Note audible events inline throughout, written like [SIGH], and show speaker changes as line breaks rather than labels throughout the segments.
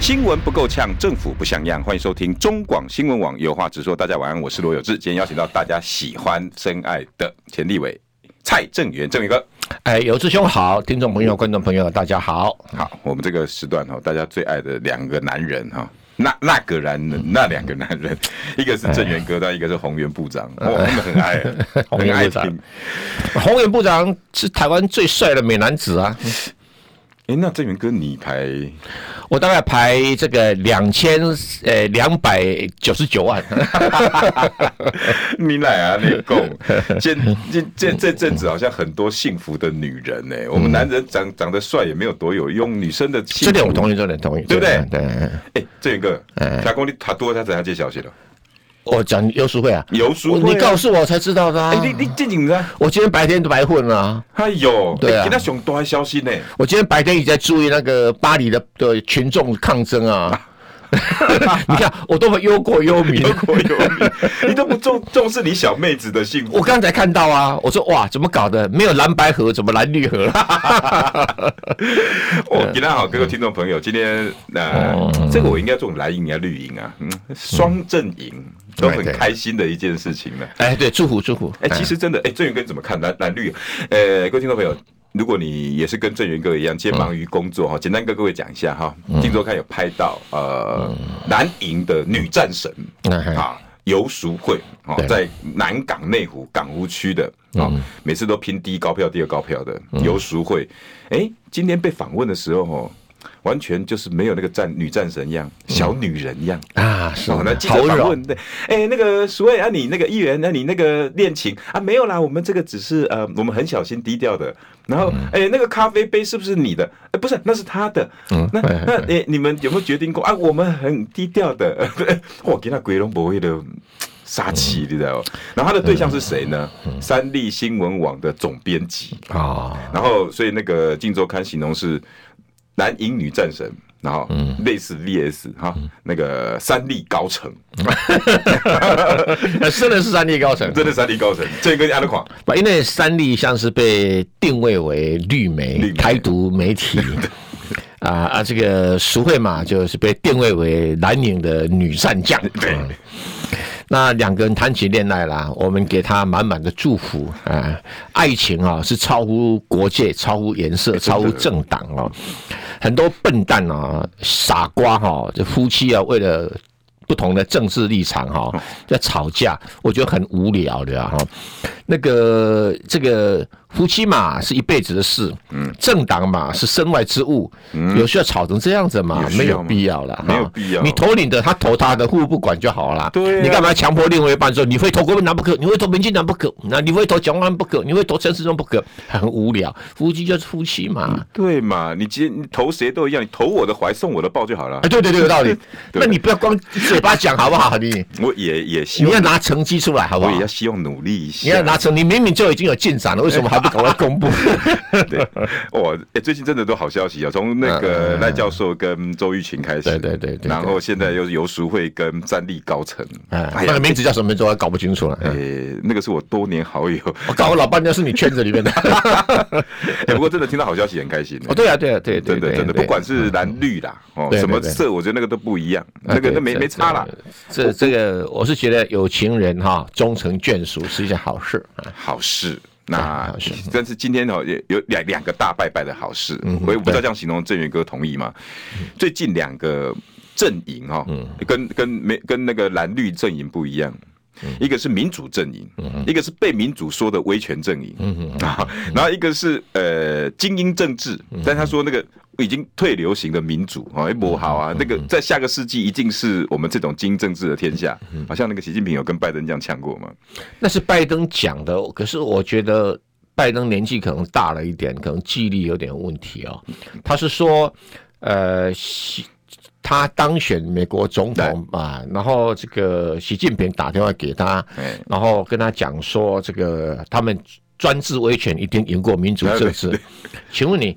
新闻不够呛，政府不像样。欢迎收听中广新闻网，有话直说。大家晚安，我是罗有志。今天邀请到大家喜欢、深爱的钱立伟、蔡正元、正元哥。
哎，有志兄好，听众朋友、观众朋友，大家好。
好，我们这个时段哈，大家最爱的两个男人哈。那那个男人，
嗯
那两个男人， [LAUGHS] 一个是郑源哥，但一个是洪源部长，
[LAUGHS]
我真的很爱，很爱
哎洪源部长
听。
洪源部长是台湾最帅的美男子啊，
哎，那郑源哥你排
我大概排这个两千呃两百九十九
[LAUGHS]
万，
你来啊，你
[LAUGHS]
够。这这这这阵子好像很多幸福的女人
嗯
呢、我们男人长长得帅也没有多有用，女生的幸
这
福
点我同意，这点同意，
对不对
对对，
哎，郑源哥，他公你他多他怎样介绍去了？
我讲游淑慧啊，
游淑
我
慧啊
你告诉我才知道的啊
哎、。你你这紧张？
我今天白天都白混了啊，
哎呦，
对啊
给他熊多还消息呢、
我今天白天也在注意那个巴黎的的群众抗争啊。 [LAUGHS] 你看，我多么忧国忧
[LAUGHS]
民。
忧国忧民，你都不重重视你小妹子的幸福
我。刚才看到啊，我说哇，怎么搞的？没有蓝白河，怎么蓝绿河啊了？
哦我给大家好，各位听众朋友，今天呃，这个我应该做蓝营啊、绿营啊，嗯，双阵营都很
对对
开心的一件事情呢。
哎，对，祝福祝福。
哎、其实真的，哎、郑源哥你怎么看蓝蓝绿？呃，各位听众朋友，如果你也是跟郑源哥一样，皆忙于工作哈，简单跟各位讲一下哈，听说看有拍到呃南营的女战神
嗯嘿
啊。游淑慧啊，
对嗯
在南港内湖港湖区的啊，每次都拼第一高票、第二高票的游淑慧，哎，今天被访问的时候哦，完全就是没有那个战女战神一样，小女人一样，
啊，是
哦，那记
嗯好
者
温
访
柔
问对，哎、那个所谓啊，你那个议员，那、你那个恋情啊，没有啦，我们这个只是呃，我们很小心低调的。然后，哎、那个咖啡杯是不是你的？哎、不是，那是他的。那
哎
那哎、你们有没有决定过啊？我们很低调的。我给那鬼龙博会的杀气，你知道吗？然后他的对象是谁呢？三立新闻网的总编辑。
啊，
然后，所以那个《镜周刊》形容是男英女战神，然后类似 VS 哈、那个三力高层，
真的是三立高层，
真的三力高层，这个阿德狂，
不因为三立像是被定位为绿
绿
媒、
媒
台独媒体。啊啊，这个淑慧嘛，就是被定位为蓝营的女战将。
对
嗯那两个人谈起恋爱啦，我们给她满满的祝福啊、爱情啊、是超乎国界、超乎颜
哎
色、超乎政党哦。很多笨蛋啊、傻瓜哈、这夫妻啊，为了不同的政治立场
哦
哈、在吵架，我觉得很无聊的哈、那个这个夫妻嘛是一辈子的事，嗯，政党嘛是身外之物，有需要吵成这样子嘛
嗯有？需要
没有
吗
必要了，哈
没有必要
你投你的，他投他的，互不管就好了。
对啊
你干嘛强迫另外一半说你会投国民党不可，你会投民进党不可，那你会投蒋万安不可，你会投陈世忠不可，很无聊。夫妻就是夫妻嘛，
对嘛？你今天你投谁都一样，你投我的怀，送我的抱就好了。
啊，。对对对，有道理
[LAUGHS]
那
对
你不要光嘴巴讲好不好？
[LAUGHS]
你
我也也希
你要
望，
拿成绩出来好不
我
好
也要？希望努力一
你要
下。
拿成，你明明就已经有进展了，为什么还不赶快
[LAUGHS]
公布？
对，哇，哎，最近真的都好消息啊！从那个赖教授跟周玉琴开始，
呃对对对对对
然后现在又是游淑慧跟战力高层，
[LAUGHS] 哎，那个名字叫什么名字我还搞不清楚了。
哎
嗯，
那个是我多年
[LAUGHS]
好友。
我搞了老半天是你圈子里面的。 [LAUGHS]
哎，不过真的听到好消息很开心。
哦，对啊，对啊，对对
真的
对
真的，
对
不管是蓝绿啦，哦，
对对
什么
对
色，我觉得那个都不一样，那个
啊对
那没
这
没差啦。
这这个，我是觉得有情人哈，终成眷属是一件好事啊。
好事。那
好事
但是今天哦，也有两两个大拜拜的好事，
嗯
我也不知道这样形容郑源哥同意吗？最近两个阵营哈，
嗯
跟跟没跟那个蓝绿阵营不一样。
嗯
一个是民主阵营，一个是被民主说的威权阵
嗯
营，啊，然后一个是呃精英政治，
嗯
但他说那个已经退流行的民主啊，也不
嗯
好啊，那个在下个世纪一定是我们这种精英政治的天下，
嗯
好像那个习近平有跟拜登这样呛过吗？
那是拜登讲的，可是我觉得拜登年纪可能大了一点，可能记忆力有点问题哦。他是说，呃，习他当选美国总统啊，然后这个习近平打电话给他，
哎，
然后跟他讲说，这个他们专制威权一定赢过民主政治。请问你，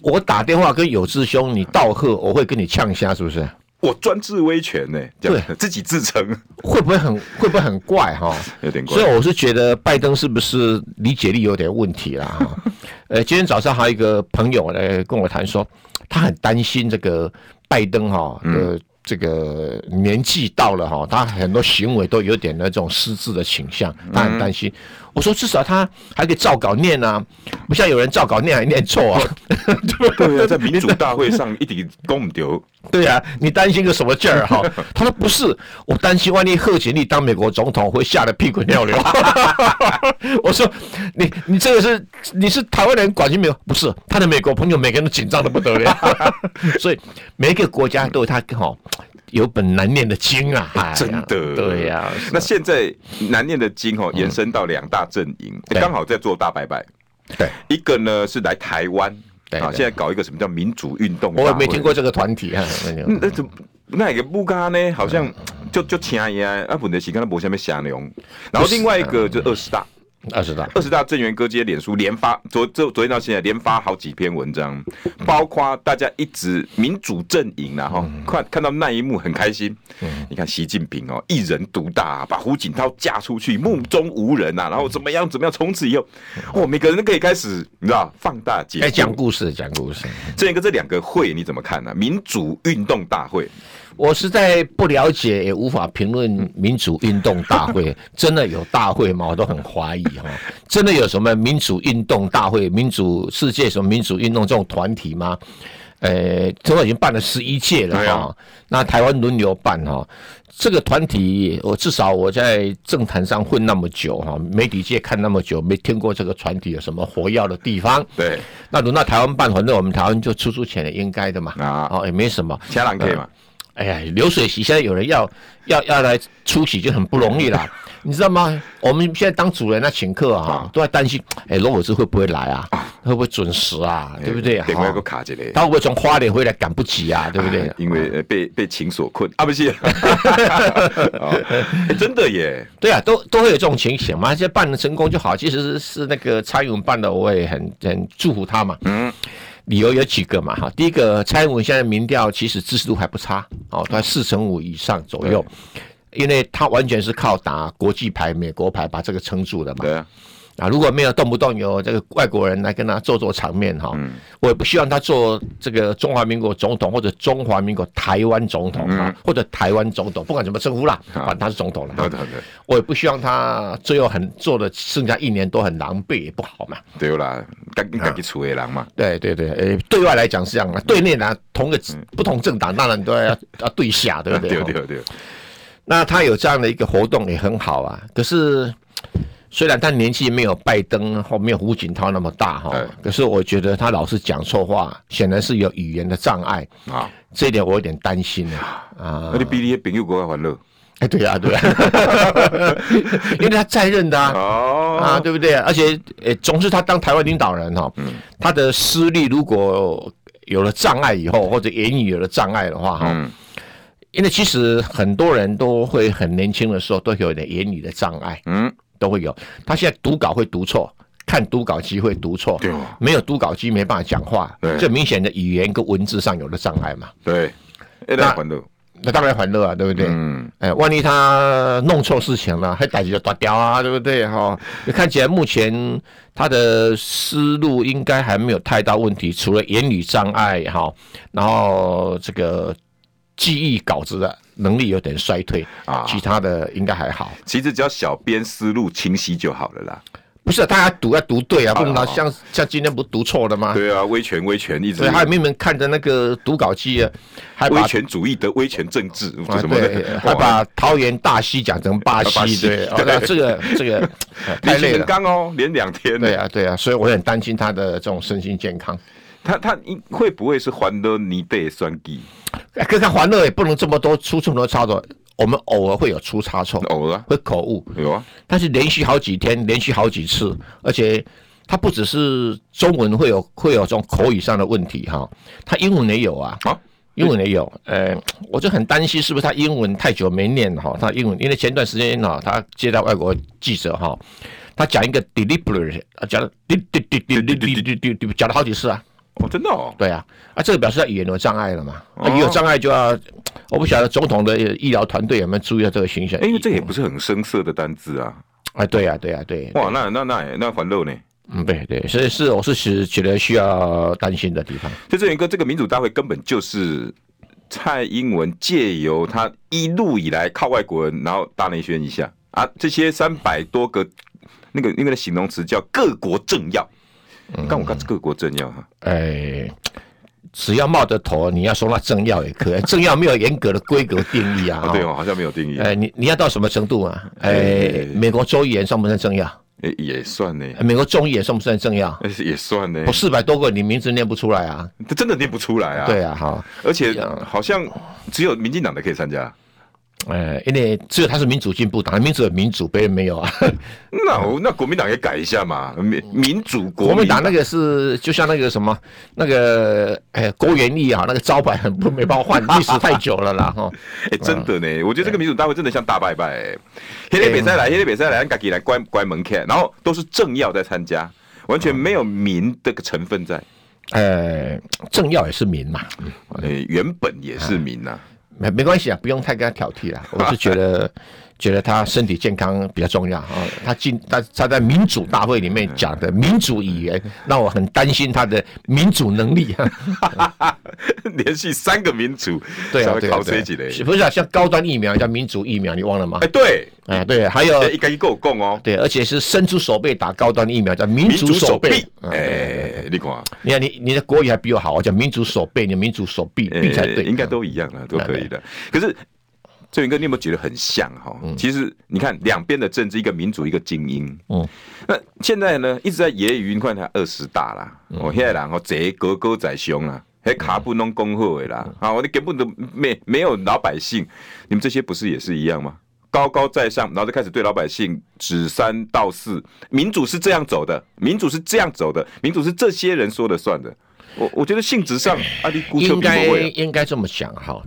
我打电话跟有志兄你道贺，我会跟你呛虾是不是？
我专制威权呢、这样
对
自己自称， [LAUGHS]
会不会很会不会很怪哈？
有点怪
所以。我是觉得拜登是不是理解力有点问题啦？哈，呃，今天早上还有一个朋友来跟我谈说，他很担心这个拜登哈的这个年纪到了哈，他很多行为都有点那种失智的倾向，他很担心。我说至少他还可以照稿念啊，不像有人照稿念还念错啊。
对啊，在民主大会上一点公丢，
[LAUGHS] 对呀、你担心个什么劲儿
[LAUGHS]
哈？他说不是，我担心万一贺锦丽当美国总统会吓得屁滚尿流。 [LAUGHS] 我说你你这个是你是台湾人管清没有？不是，他的美国朋友每个人都紧张的不得
[LAUGHS]
了，所以每一个国家都有他哈有本难念的经
[LAUGHS]
啊，哎呀
真的。
对呀、
那现在难念的经哦，延伸到两大阵营，哎
对
刚好在做大拜拜。
对，
一个呢是来台湾
对
啊，
对
现在搞一个什么叫民主运动大会？
我也没听过这个团体啊。
嗯。那怎那也不干呢？
嗯
好像就就请伊啊，啊，本来是跟他没什么内容。然后另外一
嗯
个就是二十大，
二十大，
二十大郑源哥今天脸书连发，昨昨昨天到现在连发好几篇文章，包括大家一直民主阵营然后
嗯
看看到那一幕很开心。你看习近平哦，一人独大、啊把胡锦涛架出去，目中无人啊，然后怎么样怎么样，从此以后，哇，每个人都可以开始，你知道放大解
嗯哎，讲故事，讲故事。
郑源哥这两个会你怎么看呢、民主运动大会，
我实在不了解，也无法评论民主运动大
[LAUGHS]
会。真的有大会吗？我都很怀疑哈。真的有什么民主运动大会、民主世界什么民主运动这种团体吗？呃，中国已经办了十一届了
对
哈、
啊
那台湾轮流办哈、这个团体我至少我在政坛上混那么久哈、媒体界看那么久，没听过这个团体有什么活跃的地方。
对，
那轮到台湾办，反正我们台湾就出出钱了，应该的嘛。
啊
哦，也没什么。
其他人可以吗？
哎呀，流水席现在有人要要要来出席就很不容易
[LAUGHS]
啦，你知道吗？我们现在当主人啊，请客啊
啊，
都在担心，哎，罗伟志会不会来啊？会不会准时啊？对不对啊？
哎另外一个
哈
卡起来。
他会不会从花莲回来赶不及啊？对不对
啊？因为呃被被情所困啊，不是， [LAUGHS] 哦欸真的耶，
对啊，都都会有这种情形嘛。现在办的成功就好，其实是是那个蔡英文办的，我也很很祝福他嘛。嗯，理由有几个嘛哈。第一个，蔡英文现在民调其实支持度还不差哦，大概四成五以上左右，因为他完全是靠打国际牌、美国牌把这个撑住的嘛。
对啊，
啊，如果没有动不动有这个外国人来跟他做做场面哈，
嗯
我也不希望他做这个中华民国总统或者中华民国台湾总统啊，或者台湾总统，不管怎么称呼啦，
啊
反正他是总统了。
嗯好的好的，
我也不希望他最后很做的剩下一年都很狼狈，也不好嘛。
对啦，赶紧赶紧出的人嘛，
对对对，呃，对外来讲是这样啊，对内呢，同个不同政党当然都要要对 [LAUGHS] 下，对不嗯对？哦
对对对，
那他有这样的一个活动也很好啊。可是虽然他年纪没有拜登或没有胡锦涛那么大哈
对，
可是我觉得他老是讲错话，显然是有语言的障碍，
啊，
这一点我有点担心 [LAUGHS] 啊。啊
那，你比你的朋友国还欢乐
哎，对啊，对 [LAUGHS] 啊，因为他在任的啊。啊，
哦，
对不对？而且，呃，总是他当台湾领导人哈、哦
嗯
他的私利如果有了障碍以后，或者言语有了障碍的话哈、
嗯
因为其实很多人都会很年轻的时候都有点言语的障碍，
嗯，
都会有。他现在读稿会读错，看读稿机会读错
对哦，
没有读稿机没办法讲话
对，
这明显的语言跟文字上有了障碍嘛。
对，哎，来欢乐，
那当然欢乐啊，对不对？
嗯，
哎，万一他弄错事情了，还逮起就抓掉啊，对不对？哈、你看起来目前他的思路应该还没有太大问题，除了言语障碍哈、然后这个记忆稿子的能力有点衰退
啊
其他的应该还好。
其实只要小编思路清晰就好了啦，
不是、啊，大家读要读对啊，不能
好
拿
好
像像今天不读错的吗？
对啊，威权威权一直
所以，他明明看着那个读稿机啊，还
威
把
权主义的威权政治
啊，
什么
对，
的，
还
哇
把桃园大溪讲成巴西，
巴西
对，哦那这个这
[LAUGHS]
个呃太
连续
累
连
了。
刚哦，连两天，
对啊，对啊，所以我很担心他的这种身心健康。
他他应会不会是欢乐你得算计
哎可看欢乐也不能这么多出这么多差错，我们偶尔会有出差错，
偶尔啊
会口误，
有啊，
但是连续好几天，连续好几次，而且他不只是中文会有会有这种口语上的问题哈，他英文也有啊。
啊
英文也有，呃，我就很担心是不是他英文太久没念哈，他英文因为前段时间哈，他接到外国记者哈，他讲一个 deliberate，讲了 d d d d d d d d 讲了好几次啊，
哦，真的哦，
对啊，啊，这个表示他语言有障碍了嘛，啊，语言有障碍就要，我不晓得总统的医疗团队有没有注意到这个形象，
哎，因为这也不是很生涩的单字啊，
啊，对啊，对啊，对，
哇，那那那那环肉呢？
嗯，对对，所以是我是觉觉得需要担心的地方，
所以郑源哥，这个民主大会根本就是蔡英文借由他一路以来靠外国人，然后大内宣一下啊，这些三百多个那个那个形容词叫各国政要，但我看各国政要啊哈，
哎。只要冒着头，你要说那政要也
[LAUGHS]
可以，政要没有严格的规格定义啊。
啊对哦，好像没有定义，
哎、你你要到什么程度啊？哎、美国州议员算不算政要？
也也算呢，
哎美国众议员算不算政要？
但是也算呢
我，四百多个，你名字念不出来啊？
这真的念不出来啊。
对，啊，好，
而且好像只有民进党的可以参加。
呃，因为只有他是民主进步党，民主有民主，别人没有啊。
那我那国民党也改一下嘛，民民主国
[LAUGHS] 嗯国民党那
个
个是就像那个什么那个哎郭元义啊，那个招牌很不没办法换，历史太久了啦哈。
哎、真的
嗯
呢，我觉得这个民主大会真的像大拜拜、欸，黑天北赛来，黑天北赛来，咱自己来关关门看，然后都是政要在参加，完
嗯
全没有民这个成分在。
呃，政要也是民嘛，
呃、原本也是民呐、
没没关系啊，不用太跟他挑剔了。我是觉得，觉得他身体健康比较重要啊、他进他他在民主大会里面讲的民主语言，让我很担心他的民主能力、啊。
[LAUGHS] 连续三个民主，
对啊，对啊
考，
对
谁几嘞
啊，？是不是啊？像高端疫苗叫民主疫苗，你忘了吗
哎、？对，
啊，对，还有
哎一个一个我供哦，
对，而且是伸出手背打高端疫苗叫民
民
主
主手
手
臂
臂。，啊
哎、你看，
你看你你的国语还比我好，我叫民主手背，你民主手臂臂才对，
哎呃应该都一样了，都可以的。可是郑源哥，你有没有觉得很像哈？其实你看两边的政治，一个民主，一个精英。
嗯，
那现在呢，一直在揶揄，你看他二十大啦，哦，现在人哦，这哥哥仔凶啦。还卡布弄工会啦，啊，我的根本都没没有老百姓，你们这些不是也是一样吗？高高在上，然后就开始对老百姓指三道四。民主是这样走的，民主是这样走的，民主是这些人说了算的。我我觉得性质上，啊，你估测
应
不
该
会啊。
应该这么想哈，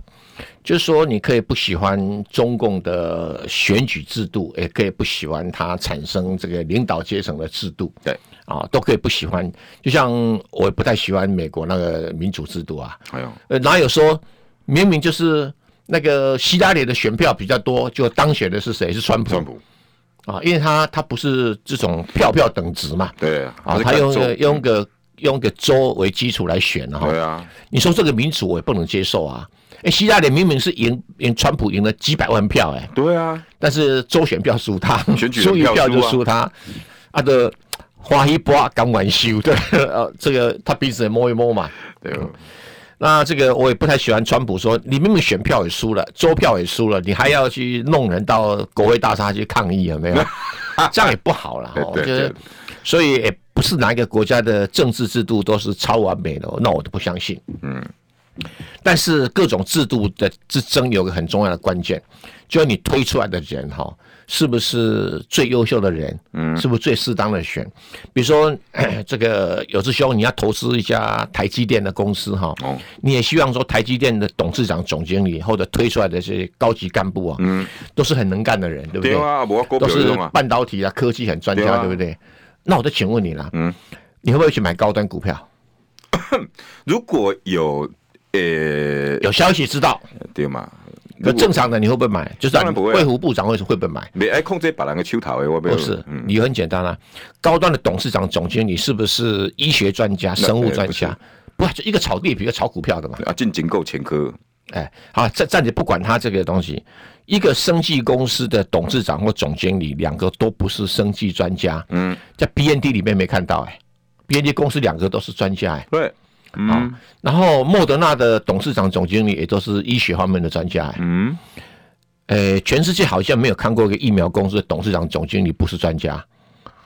就是说你可以不喜欢中共的选举制度，也可以不喜欢它产生这个领导阶层的制度，
对
啊，都可以不喜欢。就像我也不太喜欢美国那个民主制度啊，
哎呦，
呃，哪有说明明就是那个希拉里的选票比较多，就当选的是谁？是川普
川普
啊，因为他他不是这种票票等值嘛，
对啊，
啊，
是
他
看
用一
州
个用一个用一个州为基础来选哈、
对啊，
你说这个民主我也不能接受啊！哎，希拉里明明是赢赢川普赢了几百万票哎、
对啊，
但是州选票输他，
选举人
输一
票
票
输
就
啊
输他，啊的花一波敢挽修的， [LAUGHS] 呃，这个他鼻子也摸一摸嘛。
对哦，
那这个我也不太喜欢川普说，你明明选票也输了，州票也输了，你还要去弄人到国会大厦去抗议，
[LAUGHS]
有没有？这样也不好啦。哦我
对
觉
对
得
对，
所以也不是哪一个国家的政治制度都是超完美的，哦那我都不相信。嗯。但是各种制度的之争有个很重要的关键，就是你推出来的人哈，是不是最优秀的人？嗯，是不是最适当的选？比如说 [COUGHS] 这个有志兄，你要投资一家台积电的公司哈，
哦
你也希望说台积电的董事长、总经理或者推出来的这些高级干部啊，嗯，都是很能干的人，对不对？
对啊，我股
都
票
是
用啊，
半导体啊、科技很专
对
家，
啊
对不对？那我就请问你了，嗯，你会不会去买高端股票？
如果有呃，
有消息知道，
对嘛，
可
如果
正常的你会不会买？就是
当然不会啊啊
卫福部长会会不会买？
没爱控制把人的手头的，我没有，
不哦是，理由很简单啊，高端的董事长、总经理是不是医学专家、生物专家？不，啊就一个炒地皮，一个炒股票的嘛。
啊，进警购前科，
哎，好，暂暂且不管他这个东西，一个生技公司的董事长或总经理，两个都不是生技专家。嗯，在 BND 里面没看到哎、b n d 公司两个都是专家哎、
对，嗯
啊，然后莫德纳的董事长、总经理也都是医学方面的专家、欸。
嗯，
呃，全世界好像没有看过一个疫苗公司的董事长、总经理不是专家，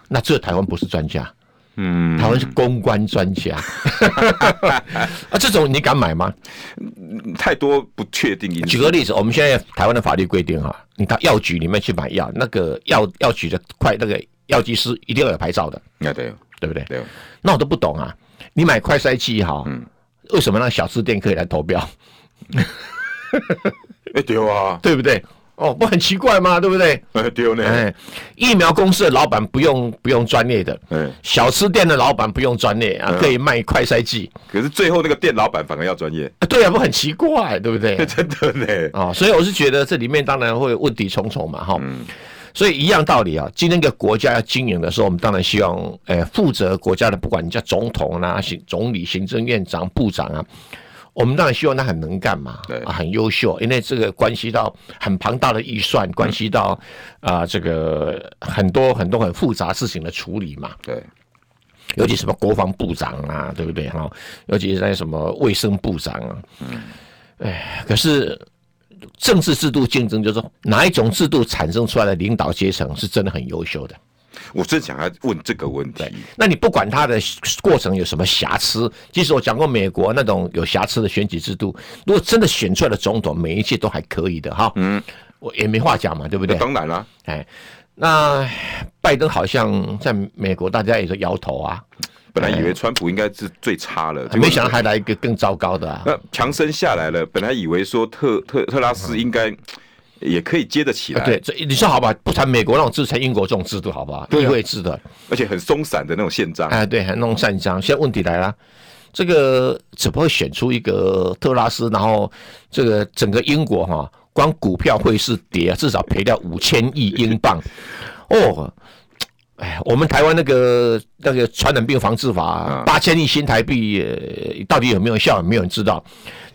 那只有台湾不是专家，
嗯，
台湾是公关专
[LAUGHS]
家。啊，这种你敢买吗？
太多不确定因
举
素，
啊个例子，我们现在台湾的法律规定啊，你到药局里面去买药，那个药药局的快那个药剂师一定要有牌照的，
啊，对
对不对？
对，嗯
那我都不懂啊，你买快筛剂哈，为什么那个小吃店可以来投标？
哎丢啊，
对不对？哦，不很奇怪吗？对不对？
哎丢呢，
哎，疫苗公司的老板不用不用专业的，
哎，
小吃店的老板不用专业啊，可以卖快筛剂
可是最后那个店老板反而要专业， [LAUGHS]
啊，对啊，不很奇怪，对不 [LAUGHS] 对？
真的呢，
啊、所以我是觉得这里面当然会问题重重嘛，哈。所以一样道理啊，今天一个国家要经营的时候，我们当然希望，呃，负责国家的，不管你叫总统啦、行总理、行政院长、部长啊，我们当然希望他很能干嘛
对，
啊，很优秀，因为这个关系到很庞大的预算，关系到啊、这个很多很多很复杂事情的处理嘛。
对，
尤其什么国防部长啊，对不对？哈，尤其是在什么卫生部长啊，哎，可是政治制度竞争，就是说哪一种制度产生出来的领导阶层是真的很优秀的。
我正想要问这个问题，
那你不管他的过程有什么瑕疵，即使我讲过美国那种有瑕疵的选举制度，如果真的选出来的总统，每一届都还可以的哈，嗯，我也没话讲嘛，对不对？
当然啦，
哎，那拜登好像在美国大家也是摇头啊，
本来以为川普应该是最差了，结果
没想到还来一个更糟糕的、啊。
那强森下来了，本来以为说特特特拉斯应该也可以接得起来，
嗯啊对，这你说好吧，不谈美国那种制裁英国这种制度好不好？
对啊
议会制的，
而且很松散的那种宪章，
哎，对，还弄上一张。现在问题来了，这个怎么会选出一个特拉斯？然后这个整个英国哈、光股票汇市跌，啊至少赔掉五千亿英镑。哦，哎，我们台湾那个那个传染病防治
啊
法八千亿新台币、呃到底有没有效？没有人知道。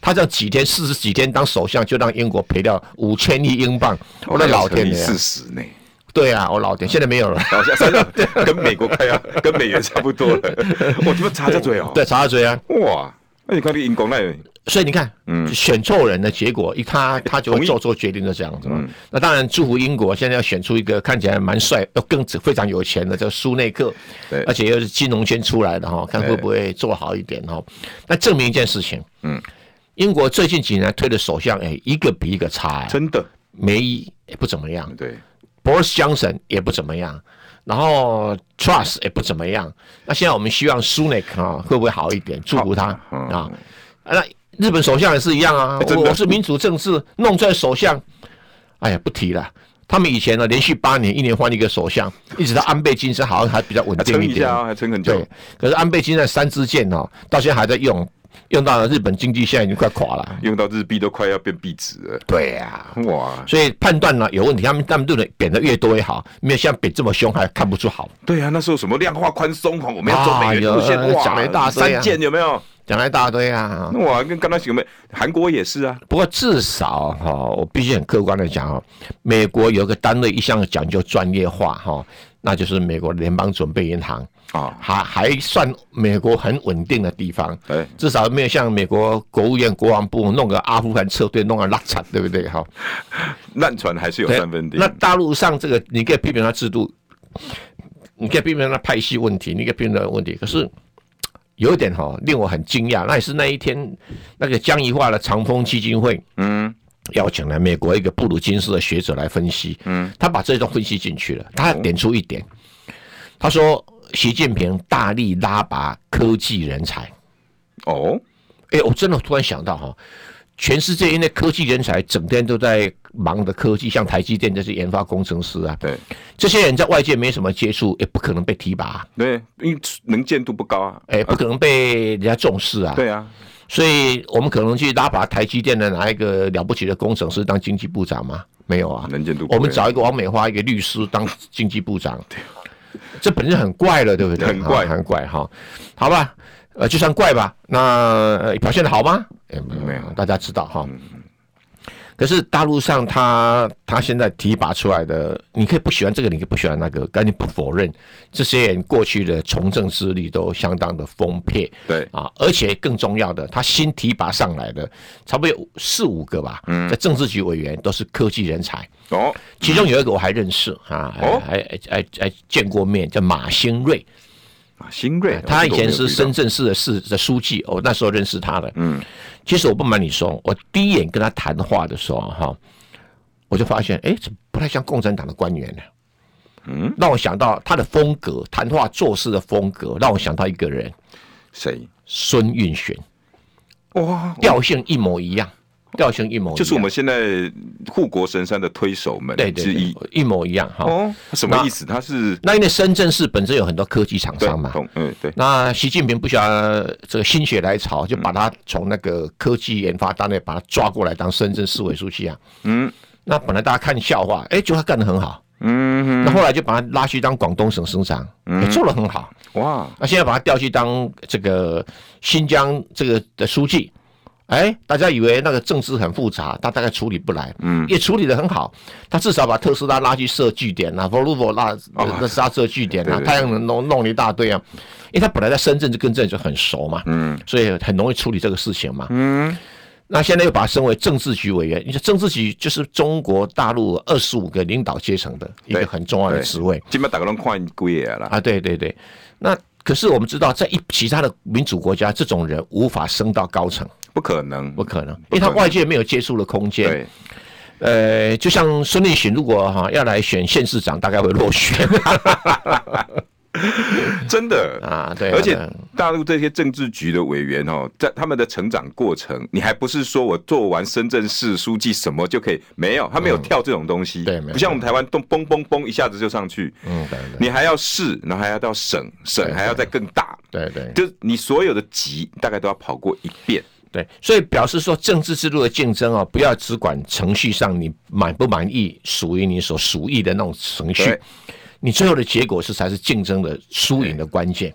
他这样几天四十几天当首相，就让英国赔掉五千亿英镑。
哦
我的老天
离
爷啊！
四十呢，
对啊，我老
嗯
天，现在没有了。
好像三
[LAUGHS]
上跟美国快要跟美元差不多了，我他妈插着嘴哦，
对，查查嘴啊。
哇，那你看你英国那
所以你看，嗯，选错人的结果，一他他就会做错决定的这样子嘛。
嗯
那当然，祝福英国现在要选出一个看起来蛮帅，又更非常有钱的叫苏内克
对，
而且又是金融圈出来的哈，看会不会做好一点哈。那证明一件事情，
嗯，
英国最近几年推的首相，哎，一个比一个差、哎，
真的
梅伊也不怎么样，
对，
Boris Johnson 也不怎么样，然后 Truss 也不怎么样。那现在我们希望 Sunak 啊会不会好一点？祝福他
嗯
啊。那日本首相也是一样啊，
哎真
我
的
我是民主政治弄出来首相，哎呀不提了。他们以前呢，连续八年，一年换一个首相，一直到安倍晋三好像还比较稳
还
定
撑
一
一
点
下。啊，还撑很久
对，，可是安倍晋三三支箭哦，到现在还在用，用到了日本经济现在已经快垮了。
用到日币都快要变币值了，
对呀、
哇，
所以判断呢有问题，他们他们对人贬的越多越好，没有像贬这么凶还看不出好。
对啊，那时候什么量化宽松哦，我们要走美元路线，
啊有
哇，
讲了一大堆啊
三件有没有？
讲了一大堆啊。
哇，跟刚才有没有？韩国也是啊，
不过至少哈、我必须很客观的讲哦，美国有个单位一向讲究专业化哈、那就是美国联邦准备银行，
啊，
还还算美国很稳定的地方。
哎，
至少没有像美国国务院、国防部弄个阿富汗撤退，弄个拉惨，对不对？哈、
烂船还是有
对
三分地
那，大陆上这个，你可以批评他制度，你可以批评他派系问题，你可以批评他问题。可是有一点哈、令我很惊讶，那也是那一天那个江宜桦的长风基金会
嗯，
邀请了美国一个布鲁金斯的学者来分析，嗯，他把这段分析进去
哦
了，他点出一点，他说习近平大力拉拔科技人才。
哦，
哎、我真的突然想到哈，全世界因为科技人才整天都在忙的科技，像台积电这些研发工程师啊，
对
这些人在外界没什么接触，也不可能被提拔、
对，因为能见度不高啊，
哎、不可能被人家重视啊。
对啊，
所以我们可能去拉拔台积电的哪一个了不起的工程师当经济部长吗？没有啊，
能见度不高
我们找一个王美花，一个律师当经济部长，这本身很怪了，对不对？
很怪
啊很怪哈。好吧，呃，就算怪吧，那、呃表现的好吗？也
没有嗯
大家知道哈。可是大陆上他他现在提拔出来的，你可以不喜欢这个，你可以不喜欢那个，但你不否认这些人过去的从政资历都相当的丰沛。
对，
啊，而且更重要的，他新提拔上来的，差不多有四五个吧，
嗯
在政治局委员都是科技人才，
哦，
其中有一个我还认识啊，
哦
还还还还见过面，叫马兴瑞，
啊新锐，
他以前是深
深，
圳市的市的书记，我那时候认识他的。嗯，其实我不瞒你说，我第一眼跟他谈话的时候哈，我就发现，哎、这不太像共产党的官员呢、
嗯，
让我想到他的风格，谈话做事的风格，让我想到一个人
谁？
孙运璇，
哦哇，
调性一模一样。调性一模一样，
哦就是我们现在护国神山的推手们
对
之
对
一
对。，一模一样哈。
哦，什么意思？他是
那因为深圳市本身有很多科技厂
对
商嘛，
同嗯对
那习近平不想这个心血来潮，就把他从那个科技研发单位把他抓过来当深圳市委书记啊。
嗯
那本来大家看笑话，哎、结果他干得很好。
嗯
那后来就把他拉去当广东省省长，也做得很好。
哼哇
那啊现在把他调去当这个新疆这个的书记，哎，大家以为那个政治很复杂，他大概处理不来，嗯，也处理得很好。他至少把特斯拉拉去设据点啊 v o l v o 拉特斯拉设据点啊
哦对，对
太阳能弄弄了一大堆啊，因为他本来在深圳就跟这里就很熟嘛，嗯，所以很容易处理这个事情嘛，嗯。那现在又把他升为政治局委员，你说政治局就是中国大陆二十五个领导阶层的一个
对
很重要的
对
职位。
今麦打个龙看贵啊啦，
啊，对对对，那可是我们知道，在一其他的民主国家，这种人无法升到高层，
不可能。
不可能，因为他外界没有接触的空间。
对，
呃，就像孙立群如果哈、要来选县市长，大概会落选 [LAUGHS]
真的
啊。对啊，
而且
对啊
大陆这些政治局的委员哦，在他们的成长过程，你还不是说我做完深圳市书记什么就可以？没有，他没有跳这种东西，
嗯对没有
不像我们台湾动嘣嘣嘣一下子就上去，
嗯，对对
你还要市，然后还要到省，省
对
还要再更大，
对对
就是你所有的级大概都要跑过一遍。
对，所以表示说政治制度的竞争哦，不要只管程序上你满不满意，属于你所属意的那种程序
对，
你最后的结果是才是竞争的输赢的关键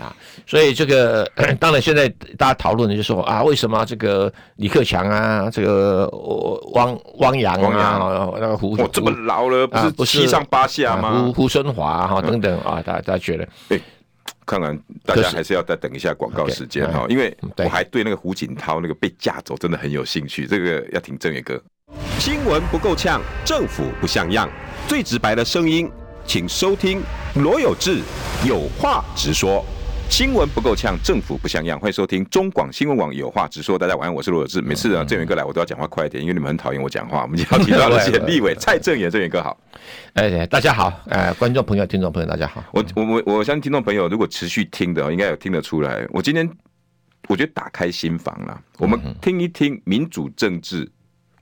啊。所以这个当然现在大家讨论的就是说啊，为什么这个李克强啊，这个呃汪汪洋
汪
啊，
洋
哦那个胡
我这么老了，
啊
不
不
是
是
七上八下
啊胡
吗？嗯
胡春华哈、等等啊，大家大家觉得
看看大
可
家
是
还是要再等一下广告
OK，哎嗯
时间哈，因为
对
我还对那个胡锦涛那个被架走真的很有兴趣，这个要听正源哥。
新闻不够呛，政府不像样，最直白的声音，请收听罗有志有话直说。
新闻不够呛，政府不像样。欢迎收听中广新闻网有话直说。大家晚安，我是罗有志。每次呢，郑源哥来，我都要讲话快一点，因为你们很讨厌我讲话。我们今天要提到
[LAUGHS]
的是
喂喂
立委蔡正元，郑源哥好。
哎，大家好，哎、观众朋友、听众朋友，大家好。
我我我我相信听众朋友如果持续听的哦，应该有听得出来。我今天我觉得打开心房了，我们听一听民主政治。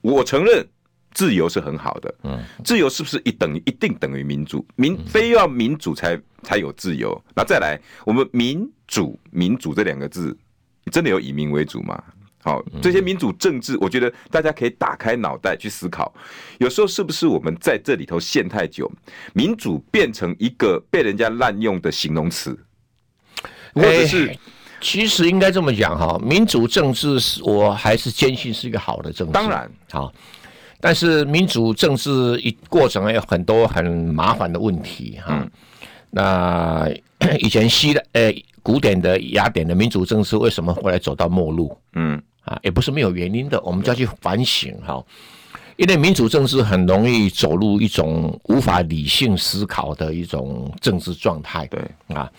我承认自由是很好的，嗯，自由是不是一等于一定等于民主？民非要民主才才有自由？那再来，我们民主民主这两个字，真的有以民为主吗？好，这些民主政治，我觉得大家可以打开脑袋去思考，有时候是不是我们在这里头陷太久，民主变成一个被人家滥用的形容词，或者是、
哎其实应该这么讲哈，民主政治是我还是坚信是一个好的政治，
当然
好，但是民主政治一过程有很多很麻烦的问题哈。
嗯
那 [COUGHS] 以前希腊呃古典的雅典的民主政治为什么后来走到末路
嗯，
啊？也不是没有原因的，我们就要去反省哈。因为民主政治很容易走入一种无法理性思考的一种政治状态，
对，
啊。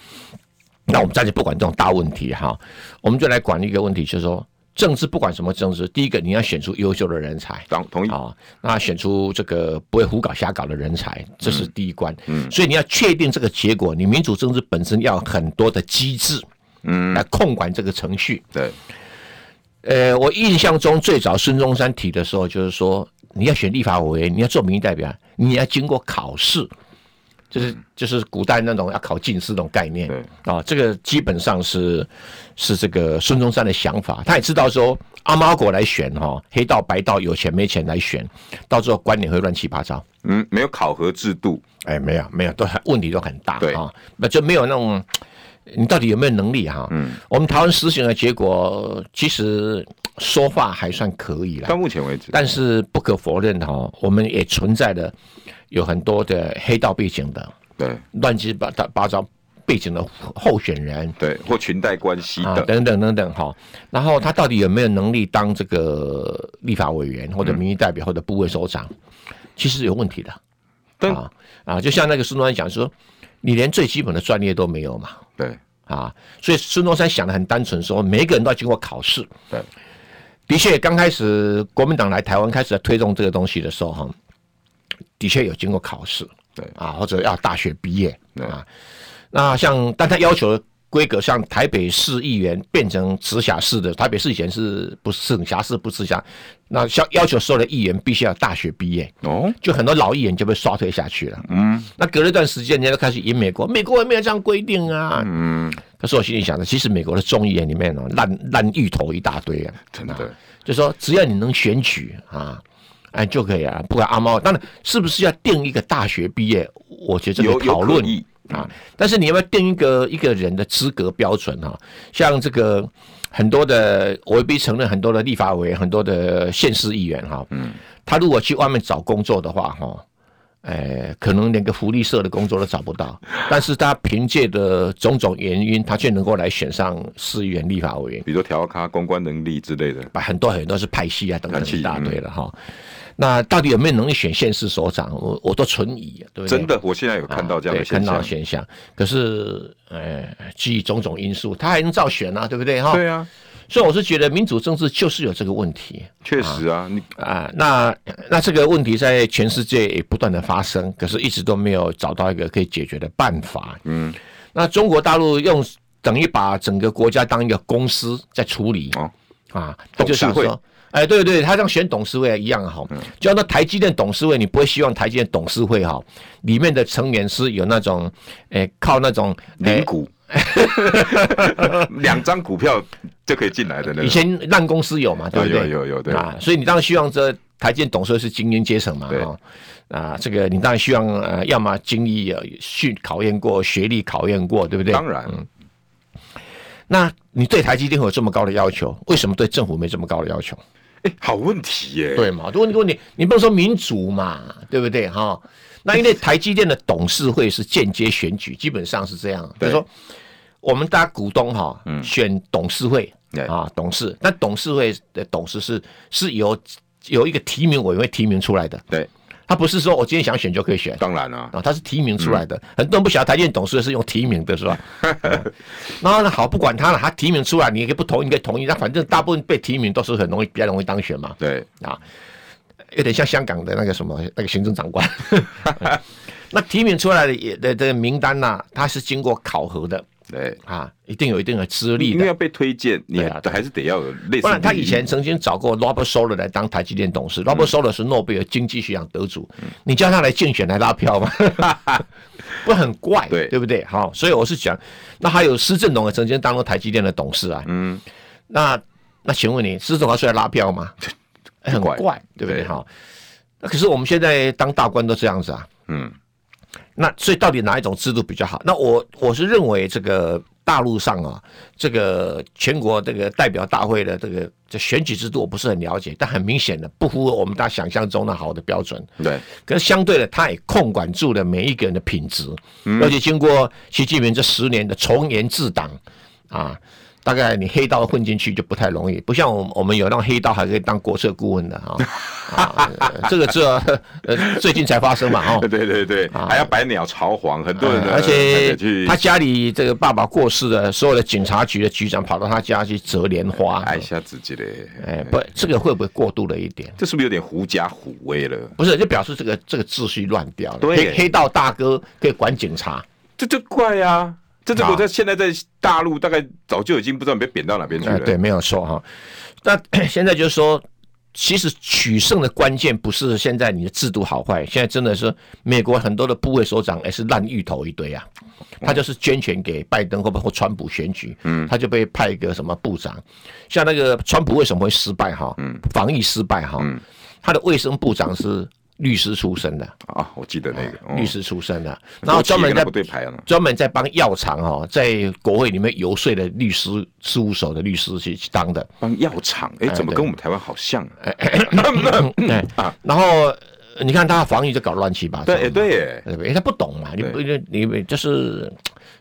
那我们暂时不管这种大问题哈，我们就来管一个问题，就是说政治不管什么政治，第一个你要选出优秀的人才。
同同意，
啊、那选出这个不会胡搞瞎搞的人才，这是第一关。嗯，所以你要确定这个结果，你民主政治本身要很多的机制，嗯，来控管这个程序。
对，
呃，我印象中最早孙中山提的时候，就是说你要选立法委员，你要做民意代表，你要经过考试，就是就是古代那种要考进士那种概念。
对
啊，这个基本上是是这个孙中山的想法，他也知道说阿猫阿狗来选哈、黑道白道有钱没钱来选，到时候官僚会乱七八糟。
嗯，没有考核制度，
哎，没有没有，都很问题都很大，
对
啊，那就没有那种你到底有没有能力哈、嗯，我们台湾实行的结果，其实说话还算可以
到
啦，
目前为止，
但是不可否认哈、我们也存在的有很多的黑道背景的
对
乱七八糟八糟背景的候选人。
对，或裙带关系
啊，
的，
等等等等哈，然后他到底有没有能力当这个立法委员或者民意代表或者部位首长，其实有问题的。
但
啊啊，就像那个孙中山讲说，你连最基本的专业都没有嘛
对
啊，所以孙中山想的很单纯说每一个人都要经过考试。
对，
的确，刚开始国民党来台湾开始在推动这个东西的时候，哈，的确有经过考试，
对
啊，或者要大学毕业
对
啊。那像，但他要求规格像台北市议员变成直辖市的，台北市以前是不是省辖市不直辖，那要要求所有的议员必须要大学毕业，
哦，
就很多老议员就被刷退下去了。
嗯
那隔了一段时间，人家就开始引美国，美国也没有这样规定啊。
嗯，
可是我心里想的，其实美国的众议员里面呢、烂烂芋头一大堆啊，
真的
啊就说只要你能选举啊，哎就可以啊，不管阿猫，当然是不是要定一个大学毕业，我觉得这
有
个讨
有
论
可议
啊，但是你要不要定一个一个人的资格标准啊？像这个很多的，我必须承认很多的立法委员、很多的县市议员哈、嗯，他如果去外面找工作的话哈、呃，可能连个福利社的工作都找不 [LAUGHS] 到，但是他凭借的种种原因，他却能够来选上市议员、立法委员，
比如说调咖、公关能力之类的，
把很多很多是派系啊等等
派系
一大堆了哈。那到底有没有能力选县市首长？我我都存疑啊，对不对？
真的，我现在有看到这样
啊
的
对看
现
到
象，
现象。可是，呃，基于种种因素，他还能照选啊，对不对哈？
对啊，
所以我是觉得民主政治就是有这个问题
确实啊，你
啊。那那这个问题在全世界也不断的发生，可是一直都没有找到一个可以解决的办法。
嗯，
那中国大陆用等于把整个国家当一个公司在处理。
哦，
啊，他就想
董事嗯
说，哎，对对，他这样选董事会啊一样哈，就像那台积电董事会，你不会希望台积电董事会哈里面的成员是有那种，哎，靠那种哎
零股， [LAUGHS] 两张股票就可以进来的那
以
种，
前烂公司有嘛，对不对？
有有有对
啊，所以你当然希望这台建董事会是精英阶层嘛，
对
哦啊，这个你当然希望呃，要么经历呃训考验过，学历考验过，对不对？嗯
当然，
那你对台积电会有这么高的要求，为什么对政府没这么高的要求？
哎，好问题耶，
对嘛？如果你如果你你不能说民主嘛，对不对哈？那因为台积电的董事会是间接选举，基本上是这样，就
对嗯
是说我们大家股东哈，选董事会
对
啊，董事，那董事会的董事是是由由一个提名委员会提名出来的，
对，
他不是说我今天想选就可以选。
当然啊，
啊，他是提名出来的，
嗯
很多人不晓得台积电董事会是用提名的，是
[LAUGHS]
吧？嗯然后呢，好，不管他了，他提名出来，你也可以不同意，你可以同意，那反正大部分被提名都是很容易，比较容易当选嘛。
对，
啊，有点像香港的那个什么那个行政长官。 [LAUGHS] 那提名出来的也的的名单呐、它是经过考核的
对，
啊，一定有一定的资历
因为
的。
要被推荐，你
对啊对
还是得要有类似。
不然，他以前曾经找过 Robert Soler 来当台积电董事。Robert
嗯
Soler 是诺贝尔经济学奖得主，你叫他来竞选来拉票
[LAUGHS]
吗？不很怪，
对
对不对？好，所以我是讲，那还有施正荣也曾经当过台积电的董事啊。
嗯，
那那请问你，施总要出来拉票吗？很
[LAUGHS] 怪
怪，对不对？
对
哈，那可是我们现在当大官都这样子啊。
嗯，
那所以到底哪一种制度比较好？那我我是认为这个大陆上啊，这个全国这个代表大会的这个这选举制度，我不是很了解，但很明显的不符合我们大家想象中的好的标准。
对，
可是相对的，他也控管住了每一个人的品质，
嗯
而且经过习近平这十年的从严治党啊，大概你黑道混进去就不太容易，不像我们我们有让黑道还可以当国策顾问的
[LAUGHS]
啊，啊呃这个这呃最近才发生嘛哦。
[LAUGHS] 对对对，还要百鸟朝皇，很多人
呃
呢
而
还
且
得去
他家里这个爸爸过世了，所有的警察局的局长跑到他家去折莲花，
爱一下自己嘞，
哎，不，这个会不会过度了一点？
这是不是有点狐假虎威了？
不是，就表示这个这个秩序乱掉了。
对
黑黑道大哥可以管警察，
这这怪啊！这这
啊
我在现在在大陆大概早就已经不知道被贬到哪边去
呃，
了。
对，没有错哈。那 [COUGHS] 现在就是说，其实取胜的关键不是现在你的制度好坏，现在真的是美国很多的部委首长哎也是烂芋头一堆啊，
嗯
他就是捐钱给拜登或包括川普选举，嗯，他就被派一个什么部长，像那个川普为什么会失败哈，嗯，防疫失败哈，嗯，他的卫生部长是律师出身的，
啊，我记得那个、哦
律师出身的，然后专
我
门
记得
在
不对啊牌了。
专门在帮药厂哦，在国会里面游说的律师事务所的律师去去当的，
帮药厂，哎，怎么
对哎
跟我们台湾好像、啊？
对然后呃你看他的防疫就搞得乱七八糟，
对，哎，对，哎，
对不对？因为他不懂嘛，你不你你就是，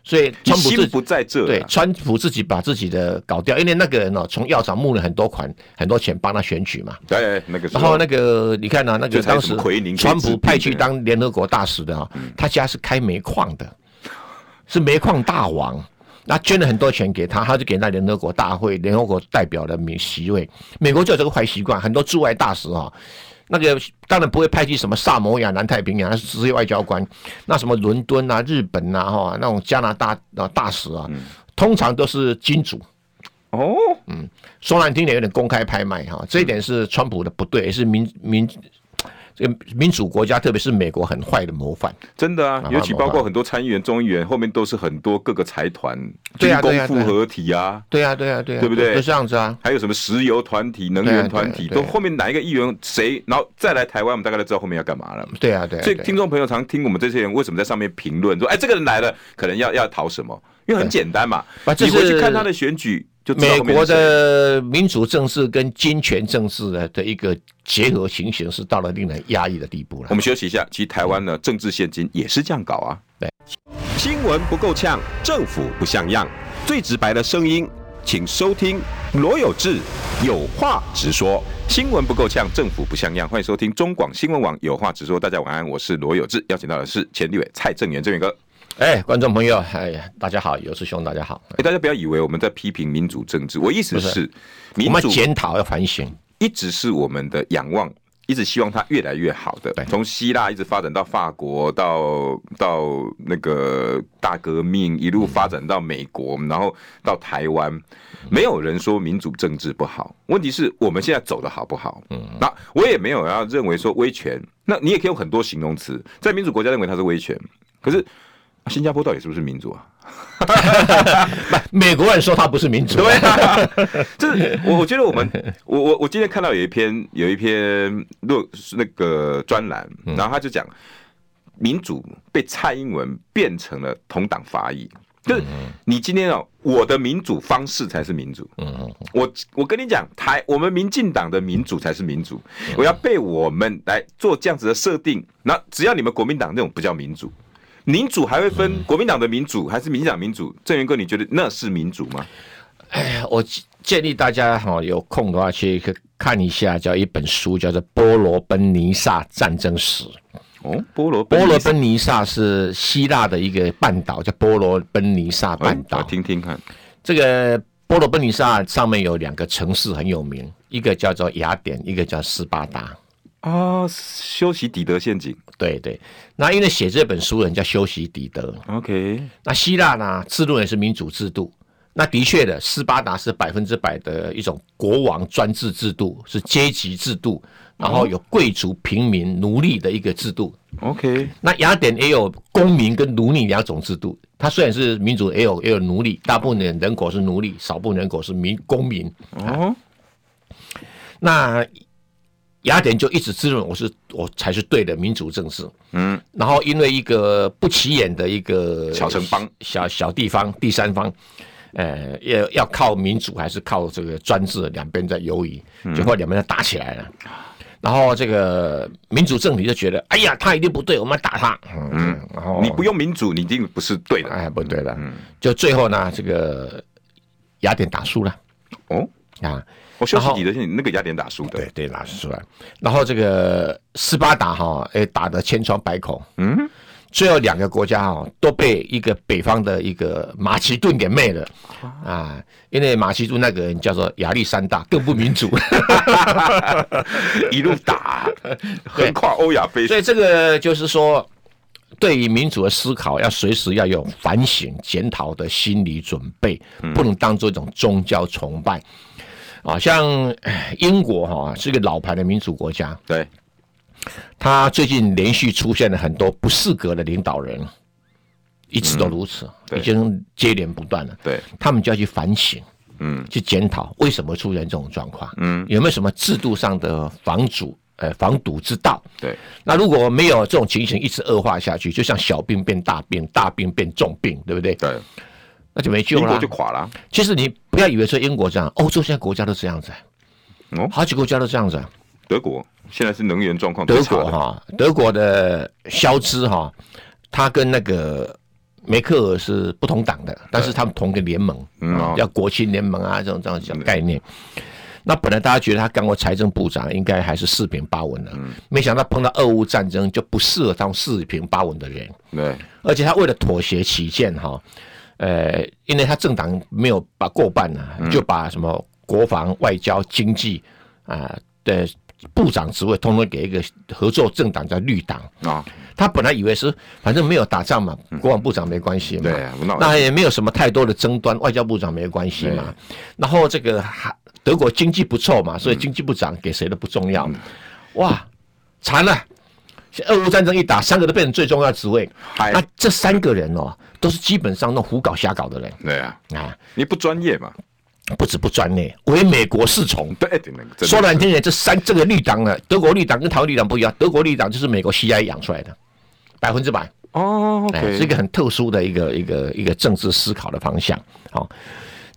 所以
你
川普自
心不在这、啊，
对川普自己把自己的搞掉，因为那个人哦，从药厂募了很多款很多钱帮他选举嘛。
对，哎那个时
然
候，
后那个你看啊，那
这
个
才
当
什
时
么奎宁
川普派去
可以治病的
当联合国大使的啊、他家是开煤矿的，是煤矿大王。那捐了很多钱给他，他就给那联合国大会联合国代表的名席位。美国就有这个坏习惯，很多驻外大使啊、那个当然不会派去什么萨摩亚、南太平洋，那是
嗯
职业外交官。那什么伦敦啊、日本啊、哈那种加拿大啊大使啊，通常都是金主。
哦，
嗯说难听点，有点公开拍卖哈、这一点是川普的不
嗯
对，也是民民这个民主国家，特别是美国很坏的模范。
真的啊
啊，
尤其包括很多参议员、众议员后面都是很多各个财团、
对
军
啊对
工
啊
复合体啊，
对啊，对啊，对啊，
对不对
就这样子啊。
还有什么石油团体、能源团
对啊对
体，
啊
都
对啊
后面哪一个议员谁，然后再来台湾，我们大概都知道后面要干嘛了。
对啊，对啊，
所以
对啊
听众朋友常听我们这些人为什么在上面评论说，哎，这个人来了，可能要要讨什么？因为很简单嘛，
啊这
你回去
是
看他的选举就知道
美
后面
国
是谁
的民主政治跟金权政治呢的一个结合情形是到了令人压抑的地步了
我。们休息一下。其实台湾呢，政治现金也是这样搞啊。
新闻不够呛，政府不像样，最直白的声音，请收听罗有志有话直说。
新闻不够呛，政府不像样。欢迎收听中广新闻网，有话直说。大家晚安，我是罗有志，邀请到的是前立委蔡正元，正元哥。
哎，观众朋友，哎呀，大家好，有师兄，大家好。
哎、大家不要以为我们在批评民主政治，我意思
不是
是，民
我们
主
要检讨，要反省。
一直是我们的仰望，一直希望它越来越好的
对。
从希腊一直发展到法国，到到那个大革命，一路发展到美国，然后到台湾。没有人说民主政治不好，问题是我们现在走的好不好？嗯，那我也没有要认为说威权，那你也可以有很多形容词，在民主国家认为它是威权，可是。新加坡到底是不是民主啊？
哎美国人说他不是民主，
[LAUGHS] 对啊， [LAUGHS] 就是我我觉得我们，我我我今天看到有一篇有一篇论那个专栏，然后他就讲民主被蔡英文变成了同党伐异，就是你今天哦，我的民主方式才是民主，
嗯，
我我跟你讲，台我们民进党的民主才是民主，我要被我们来做这样子的设定。那只要你们国民党那种不叫民主，民主还会分国民党的民主还是民进党民主？郑源哥，你觉得那是民主吗？
哎，我建议大家哈、有空的话去看一下，叫一本书，叫做《波罗奔尼撒战争史》。
哦，波罗
波罗
尼
奔尼撒是希腊的一个半岛，叫波罗奔尼撒
哎
半
我
岛。
听听看。
这个波罗奔尼撒上面有两个城市很有名，一个叫做雅典，一个叫斯巴达。哦
啊，修习底德陷阱。
对对，那因为写这本书的人叫修昔底德，
OK，
那希腊呢，制度也是民主制度。那的确的，斯巴达是百分之百的一种国王专制制度，是阶级制度，然后有贵族、平民、奴隶的一个制度。
OK，
那雅典也有公民跟奴隶两种制度，它虽然是民主，也有也有奴隶，大部分的人口是奴隶，少部分人口是民公民。
哦，
那雅典就一直自认我是我才是对的民主政治，
嗯，
然后因为一个不起眼的一个
小城邦、
小小地方、第三方，呃，要要靠民主还是靠这个专制，两边在游移，
嗯
结果两边就打起来了。然后这个民主政体就觉得，哎呀，他一定不对，我们要打他。嗯，然后
你不嗯用民主，你一定不是对的。
哎，不对了，就最后呢，这个雅典打输了
哦，
啊。
我修习
然后
底德陷阱那个雅典打输的。
对对，拿出来。然后这个斯巴达哈，哎，打得千疮百孔。
嗯，
最后两个国家哈都被一个北方的一个马其顿给灭了啊，因为马其顿那个人叫做亚历山大，更不民主。
一路
[LAUGHS]
打，横跨欧亚非。
所以这个就是说，对于民主的思考，要随时要有反省、检讨的心理准备，不能当做一种宗教崇拜。啊，像哎英国哈、是一个老牌的民主国家，
对，
他最近连续出现了很多不适格的领导人，一直都如此，
对
已经接连不断了。
对，
他们就要去反省，
嗯，
去检讨为什么出现这种状况，
嗯，
有没有什么制度上的防阻，呃，防堵之道？
对，
那如果没有这种情形一直恶化下去，就像小病变大病，大病变重病，对不对？
对，
那就没救
英
了
国
啊
就。垮了。
其实你不要以为说英国这样，欧洲现在国家都这样子，啊
哦，
好几个国家都这样子啊。
德国现在是能源状况最
德
差
国
的。
哈，德国的肖兹哈，他跟那个梅克尔是不同党的，但是他们同个联盟，
嗯
啊
哦
叫国青联盟啊，这种这种小概念。那本来大家觉得他干过财政部长，应该还是四平八稳的，没想到碰到俄乌战争就不适合当四平八稳的人，
对，
而且他为了妥协起见哈，呃，因为他政党没有把过半呢、就把什么国防、外交、经济啊的、部长职位通通给一个合作政党叫绿党。
啊，
他本来以为是反正没有打仗嘛，国防部长没关系嘛，
嗯对啊无脑
那也没有什么太多的争端，外交部长没关系嘛。然后这个还德国经济不错
嗯
嘛，所以经济部长给谁都不重要。哇，惨了！俄乌战争一打，三个都变成最重要的职位。
嗨
那这三个人哦，都是基本上那种胡搞瞎搞的人
对啊，
啊，
你不专业嘛？
不止不专业，为美国侍从。
对，对那个真的
说难听点，这三这个绿党呢，德国绿党跟台湾绿党不一样，德国绿党就是美国 CIA 养出来的，百分之百。
哦
哎，
，OK，
是一个很特殊的一个一个一个政治思考的方向。好、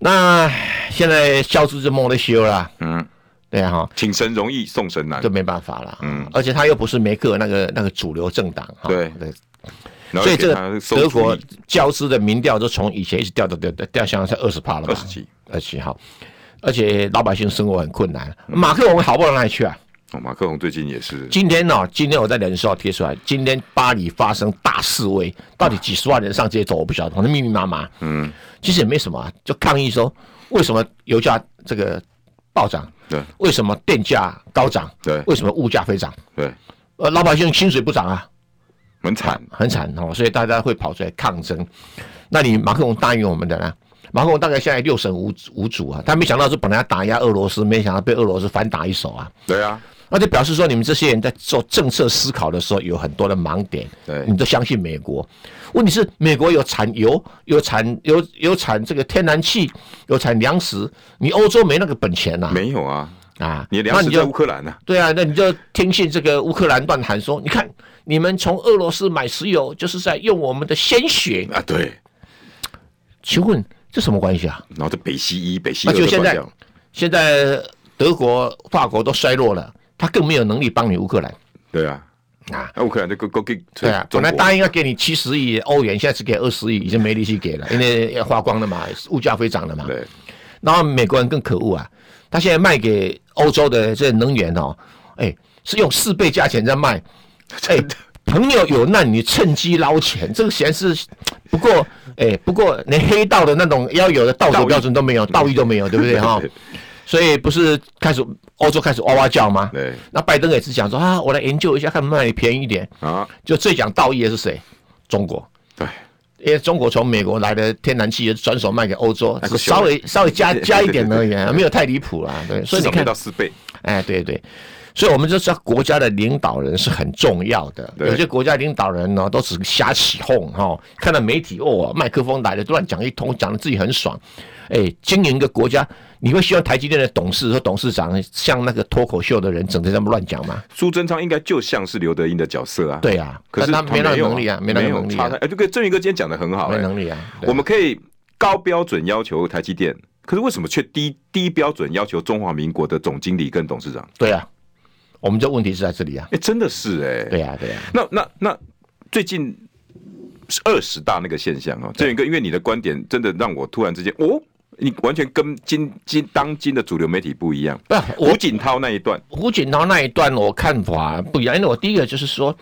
那现在消失就莫得修了，
嗯，
对啊，哈，
请神容易送神难
这，没办法了。嗯，而且他又不是梅克尔那个那个主流政党，哈
对然后
所以
给
这
他
个
收
德
注
国
意
教师的民调都从以前一直掉到掉掉掉，向是二十趴了吧？
27，
二十七号，而且老百姓生活很困难。马克龙好不到哪里去啊？
哦，马克龙最近也是，
今天呢、哦今天我在脸书上贴出来，今天巴黎发生大示威，到底几十万人上街头，我不晓得，反正密密麻麻。嗯，其实也没什么啊、就抗议说为什么油价这个暴涨，
对
为什么电价高涨，
对
为什么物价飞涨？
对，
呃，老百姓薪水不涨啊，
很惨，
很惨哦，所以大家会跑出来抗争。那你马克龙答应我们的呢？马克龙大概现在六神无无主啊，他没想到是本来要打压俄罗斯，没想到被俄罗斯反打一手啊。
对啊，
那就表示说，你们这些人在做政策思考的时候有很多的盲点，
对
你都相信美国。问题是，美国有产油，有产有有产这个天然气，有产粮食，你欧洲没那个本钱呐、
没有啊，
啊，啊，
你的粮
那
食
你
在乌
就
克兰呢，
对啊，那你就听信这个乌克兰乱喊说，你看你们从俄罗斯买石油，就是在用我们的鲜血。
啊，对，
请问这什么关系啊？
然后这北西一、北西
那
二
啊就
都
现
关啊
在
掉，，
现在德国、法国都衰落了，他更没有能力帮你乌克兰。
对啊，
啊，
那乌克兰就勾勾给
对啊，
中
本来
国，
答应要给你七十亿欧元，现在只给二十亿，已经没力气给了，因为要花光了嘛，物价飞涨了嘛。
对，
然后美国人更可恶啊，他现在卖给欧洲的这能源哦，哎，是用四倍价钱在 [LAUGHS] 卖，哎。朋友有难，你趁机捞钱，这个显然是，不过，哎，不过连黑道的那种要有的道德标准都没有，道义都没有，对不对哈？所以不是开始欧洲开始哇哇叫吗？
对
那拜登也是讲说啊，我来研究一下，看卖你便宜一点。
啊，
就最讲道义的是谁？中国，
对，
因为中国从美国来的天然气也是转手卖给欧洲，
那
只
是
是稍微稍微加
[LAUGHS] 对对
加一点而已
对对
啊，没有太离谱啦。对，所以
至
你
少没
看
到，四倍，
哎，对对，所以我们就知道国家的领导人是很重要的。
对
有些国家领导人呢，都只是瞎起哄哈、看到媒体哦，麦克风来了，乱讲一通，讲的自己很爽。哎，经营一个国家，你会希望台积电的董事和董事长像那个脱口秀的人，整天这么乱讲吗？
苏贞昌应该就像是刘德英的角色啊，
对啊，
可是
但他没那个
有啊
能力啊，没那个
有
能力
差
啊
太，，哎，这个郑云哥今天讲的很好，
没
哎
能力啊。对
我们可以高标准要求台积电，可是为什么却低低标准要求中华民国的总经理跟董事长？
对啊，我们这问题是在这里啊。
哎、真的是哎、
对啊，对啊，
那那那最近二十大那个现象哦，郑源哥，因为你的观点真的让我突然之间哦。你完全跟今今当今的主流媒体不一样。
不我
胡锦涛那一段，
胡锦涛那一段我看法啊不一样，因为我第一个就是说，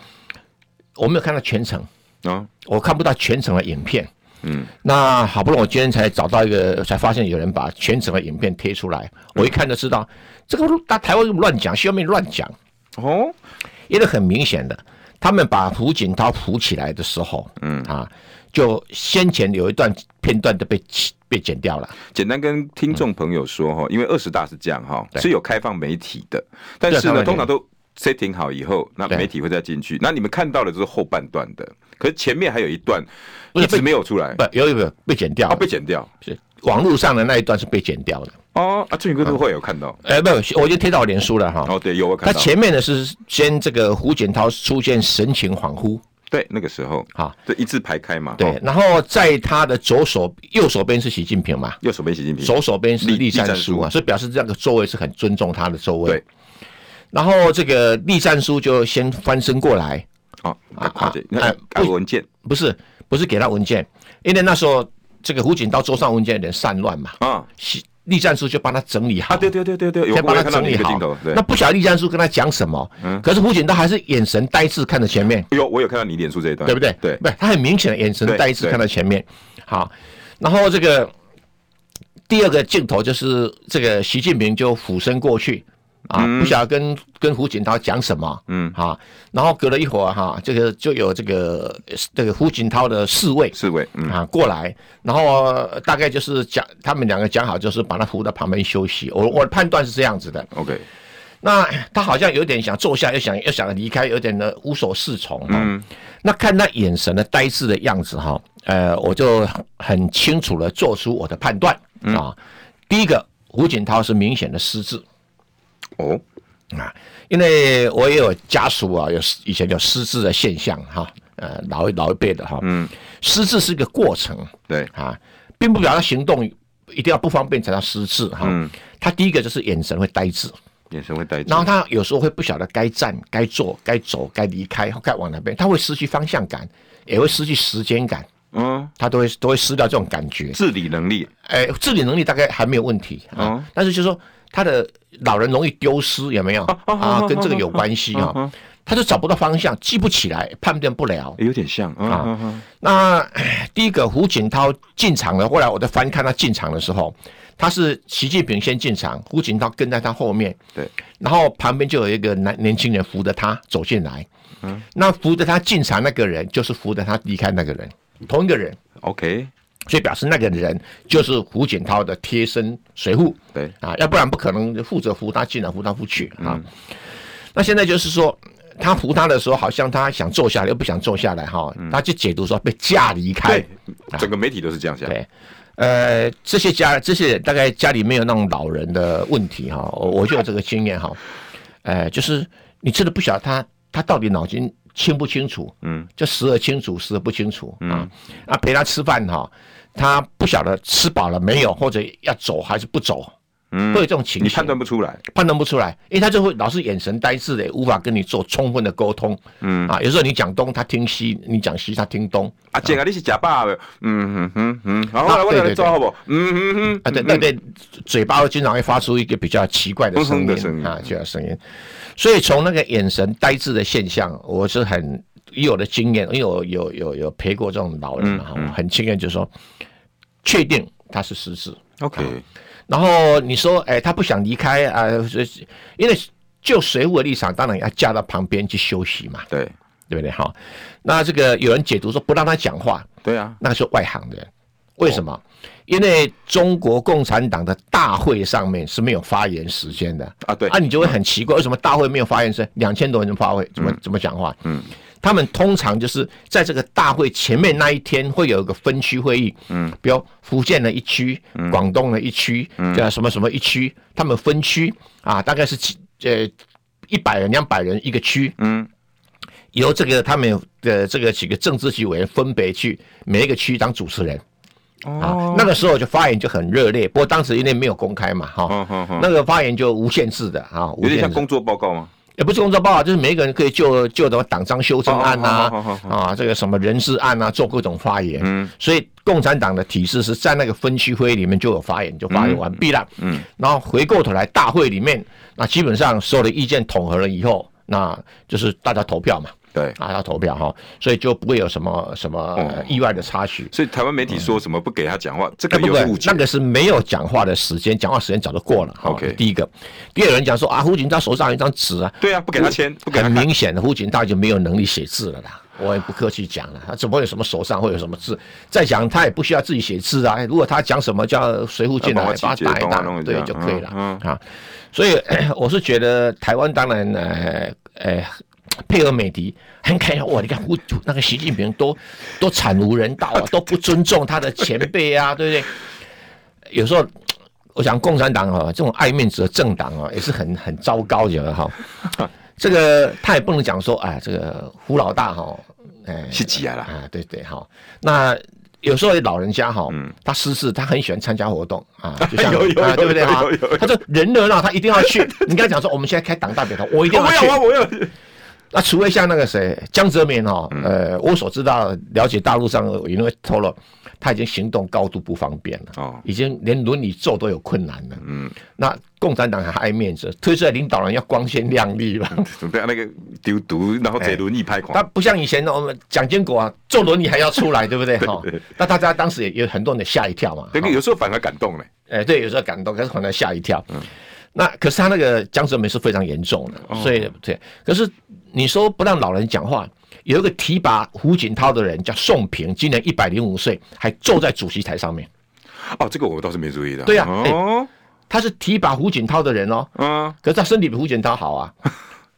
我没有看到全程，
啊，
我看不到全程的影片。嗯，那好不容易我今天才找到一个，才发现有人把全程的影片贴出来，我一看就知道，这个大台湾乱讲，下面乱讲，
哦，
因为很明显的，他们把胡锦涛扶起来的时候，嗯啊，就先前有一段片段都被被剪掉了。
简单跟听众朋友说哈，因为二十大是这样哈，
对
是有开放媒体的，但是
对开放
呢，
媒体
通常都 setting 好以后，那
对
媒体会再进去。那你们看到的就是后半段的，可是前面还有一段
不
一
是
直
被
没有出来，
不，有有有哎哦被剪掉
啊，
了，
被剪掉。
是网络上的那一段是被剪掉的。
哦，啊，俊宇哥都会有看到。
哎、没有，我就贴到我脸书了哈。
哦，对，有我看
他
到。
前面呢是先这个胡锦涛出现神情恍惚，
对，那个时候
好，
对，一字排开嘛。
对
哦，，
然后在他的左手右手边是习近平嘛，
右手边习近平。
左手边是
栗
栗
栗
战
战
书
书
啊，所以表示这个座位是很尊重他的座位。
对，
然后这个栗战书就先翻身过来，
哦，他跨界
啊，
那
哎
改文件
不是不是给他文件，因为那时候这个胡锦涛桌上文件有点散乱嘛，
啊
习栗战书就帮他整理好。
啊，对对对对对，有
先
我
帮
有
他
看到
整
你
理
一个镜
好
头。对，。嗯
那不晓得栗战书跟他讲什么，可是胡锦涛还是眼神呆滞看着前面，
有我有看到你脸书这一段，
对不对？
嗯对
不，他很明显的眼神
对
呆滞
对
看到前面。好，然后这个第二个镜头就是这个习近平就俯身过去，啊，
嗯
不晓得跟跟胡锦涛讲什么，嗯，啊，然后隔了一会儿哈、这个就有这个这个胡锦涛的侍卫，
侍卫，嗯，
啊过来，然后呃大概就是讲他们两个讲好，就是把他扶到旁边休息。我我的判断是这样子的。
，OK，
那他好像有点想坐下，又想又想离开，有点的无所适从哈、那看他眼神的呆滞的样子哈、呃，我就很清楚的做出我的判断啊。第一个，胡锦涛是明显的失智。
哦，
啊，因为我也有家属啊，有失以前有失智的现象哈、呃，老一老一辈的哈、嗯，失智是一个过程
对，
啊，并不表示行动一定要不方便才叫失智哈、他第一个就是眼神会呆滞，
眼神会呆滞
然，后他有时候会不晓得该站、该坐、该走、该离开、该往哪边，他会失去方向感，也会失去时间感，
嗯，
他都会都会失掉这种感觉。
治理能力，
哎，自理能力大概还没有问题啊，
哦
但是就是说他的老人容易丢失，有没有啊？跟这个有关系啊、他就找不到方向，记不起来，判断不了。
有点像，嗯嗯嗯，
那唉第一个胡锦涛进场了，后来我在翻看他进场的时候，他是习近平先进场，胡锦涛跟在他后面，
对，
然后旁边就有一个男年轻人扶着他走进来，嗯，那扶着他进场那个人就是扶着他离开那个人，同一个人。
OK，
所以表示那个人就是胡锦涛的贴身随护，
对
啊，要不然不可能负责扶他进来扶他扶去啊。那现在就是说，他扶他的时候，好像他想坐下来又不想坐下来哈，他就解读说被架离开
对。，哎整个媒体都是这样想，
啊对，呃，这些家这些大概家里没有那种老人的问题哈，我我就有这个经验哈，呃，就是你真的不晓得他他到底脑筋清不清楚，嗯，就时而清楚，时而不清楚啊啊，陪他吃饭哈，他不晓得吃饱了没有，或者要走还是不走，嗯，会有这种情
你
形
判。断不出来，
判断不出来，因为他就会老是眼神呆滞的，也无法跟你做充分的沟通。嗯啊，有时候你讲东，他听西；你讲西，他听东。
啊，姐啊，你是假爸的，嗯哼哼哼，好，
啊
我来我来做好不？嗯哼哼，
啊，对对对，嘴巴会经常会发出一个比较奇怪的声
哼哼
音
的声音
啊，这样声音。所以从那个眼神呆滞的现象，我是很以我的经验，因为我有有有陪过这种老人嘛，
嗯
我很经验就是说，确定他是失智。
OK，
然后你说，哎，他不想离开啊、所以因为就随我的立场，当然要架到旁边去休息嘛，
对啊
对不对？哈，那这个有人解读说不让他讲话，
对啊，
那是外行人。为什么？因为中国共产党的大会上面是没有发言时间的
啊对
啊，你就会很奇怪，为什么大会没有发言时间？两千多人发会怎么、怎么讲话？嗯，他们通常就是在这个大会前面那一天会有一个分区会议，嗯，比如福建的一区，广东的一区，对啊，什么什么一区，他们分区啊，大概是几呃一百人、两百人一个区，由这个他们的这个几个政治局委员分别去每一个区当主持人。
哦
啊，那个时候就发言就很热烈，不过当时因为没有公开嘛，哈、
嗯哼哼，
那个发言就无限制的啊，无
有
限
点像
制，
工作报告吗？
也不是工作报告，就是每一个人可以就就什么党章修正案
哦好好好
啊，啊，这个什么人事案啊，做各种发言。嗯，所以共产党的体制是在那个分区会议里面就有发言，就发言完毕了。嗯，然后回过头来大会里面，那基本上所有的意见统合了以后，那就是大家投票嘛。
对，
啊，要投票哈，所以就不会有什么什么
哦
呃意外的插曲。
所以台湾媒体说什哎么不给他讲话，这
那
个
不
有
对
误，解
那，个是没有讲话的时间，讲话时间早就过了。哈
OK
第一个，第二个人讲说啊，胡锦涛手上有一张纸啊，
对啊，不给他签，不给他
很
看，
明显的，胡锦涛就没有能力写字了啦。我也不客气讲啊了，他怎么会有什么手上会有什么字？再讲他也不需要自己写字啊。如果他讲什么叫随扈进来，
帮我
把他
集结
打一
帮我
打
弄，一
对
下
就可以了、
嗯
啊。所以呃我是觉得台湾当然呃呃配合美迪，很看哇，你看胡那个习近平多多惨无人
[LAUGHS]
道啊，都不尊重他的前辈啊，对不对？有时候，我想共产党啊、这种爱面子的政党啊、也是很很糟糕的
[LAUGHS]
哈、这个他也不能讲说，哎，这个胡老大哈、哎，
是几啊啦？
啊，对对哈、那有时候老人家哈、他失智，他很喜欢参加活动
[LAUGHS]
啊，就像
嗯有有
啊
有
对不对
有
哈
有有有？
他说人热闹，他一定要
[LAUGHS]
去。你跟他讲说，我们现在开党大表堂，哦我一定
我
要去。
要，我要，
那除非像那个谁江泽民哦，
嗯
呃，我所知道了解大陆上因为透露，他已经行动高度不方便了，
哦
已经连轮椅坐都有困难了。嗯，那共产党还爱面子，推出来领导人要光鲜亮丽了。
怎么样？那个丢毒，然后这轮逆拍
[LAUGHS] 他
狂，
不像以前我们蒋经国啊，坐轮椅还要出来，对不对？哈，那大家当时也有很多人吓一跳嘛。哦
那个有时候反而感动嘞。
哎，对，有时候感动，可是可能吓一跳。那可是他那个江泽民是非常严重的，所以对。可是你说不让老人讲话，有一个提拔胡锦涛的人叫宋平，今年一百零五岁，还坐在主席台上面。
哦，这个我倒是没注意的。
对啊
哦，
他是提拔胡锦涛的人哦，
嗯，
可是他身体比胡锦涛好啊。 [LAUGHS]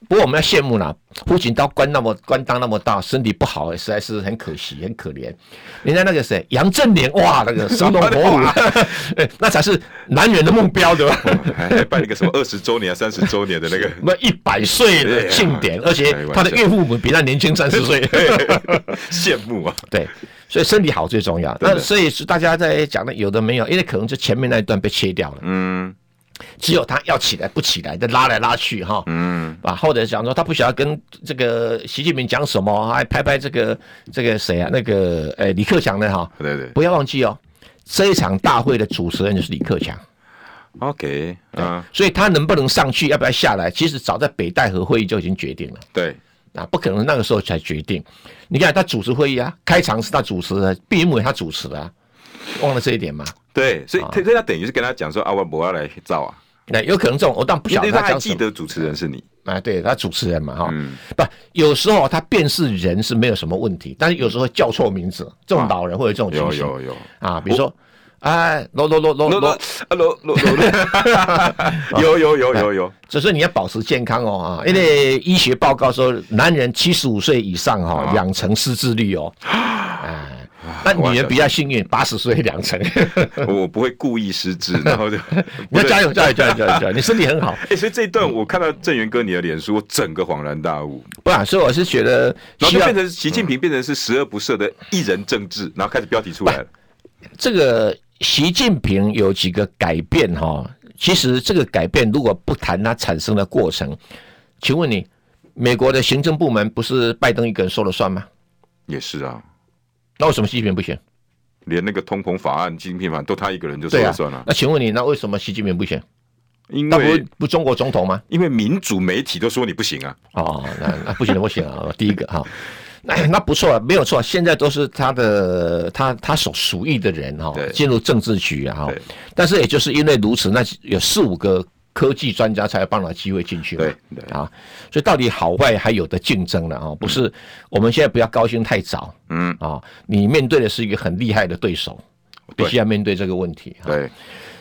不过我们要羡慕啦，胡锦涛官那么官当那么大，身体不好、实在是很可惜，很可怜。人家那个谁，杨振宁，哇，那个生龙活虎， [LAUGHS] 哎那才是男人的目标，对吧？
哎还还办一个什么二十周年啊、三十周年的那个， [LAUGHS]
那一百岁的庆典，而且他的岳父母比他年轻三十岁。 [LAUGHS]
羡慕啊！
对，所以身体好最重要。
的
那所以是大家在讲的有的没有，因为可能就前面那一段被切掉了，
嗯
只有他要起来不起来的拉来拉去哈。
嗯，
啊，或者讲说他不想要跟这个习近平讲什么，还拍拍这个这个谁啊，那个呃李克强的哈，
对对
不要忘记哦，这一场大会的主持人就是李克强，
，OK，嗯，
所以他能不能上去，要不要下来，其实早在北戴河会议就已经决定了。
对，
啊，不可能那个时候才决定。你看他主持会议啊，开场是他主持的，闭幕也他主持的、啊，忘了这一点吗？
对，所以所以所以他等于是跟他讲说啊，我不要来造啊，
那有可能这种，我当然不
因
晓
为
得
他
他
还
讲
记
什么
得主持人是你，
啊，对他主持人嘛，哈、
嗯
不，有时候他辨识人是没有什么问题，但是有时候会叫错名字，这种老人会有这种情
有
形
啊有有，
啊，比如说，哎，罗罗罗罗
罗罗
罗，
啊罗罗 [LAUGHS] 罗，有有有有有，
所以说你要保持健康哦啊，
嗯
因为医学报告说，男人七十五岁以上哈、
啊
哦，两成失智率
[LAUGHS]
哦，哎，那女人比较幸运，八十岁两成。
[LAUGHS] 我不会故意
[LAUGHS]
失智，然后就
你要加油，加油，加油， [LAUGHS] 加油，加油！你身体很好，
哎、所以这一段我看到郑源哥你的脸书，我整个恍然大悟，
不然，所以我是觉得
然后
需
就
要
变成习近平变成是十恶不赦的一人政治，然后开始标题出来了。
嗯这个习近平有几个改变哈、其实这个改变如果不谈它产生的过程，请问你，美国的行政部门不是拜登一个人说了算吗？
也是啊，
那为什么习近平不行？
连那个通膨法案、禁片法案都他一个人就说
对
了
啊
算了，，
那请问你，那为什么习近平不行？
因
那不
为
是不中国总统吗？
因为民主媒体都说你不行啊，
哦，那那不行了，不行啊！第一个哈、 [CLEARS THROAT] 那那不错，啊没有错，现在都是他的他他所属意的人哈、
对
进入政治局啊哈、
对
但是也就是因为如此，那有四五个科技专家才有办法机会进去嘛，
对对
啊，所以到底好坏还有的竞争了啊、不是我们现在不要高兴太早，
嗯
啊、你面对的是一个很厉害的对手，必须要面对这个问题哈、
对，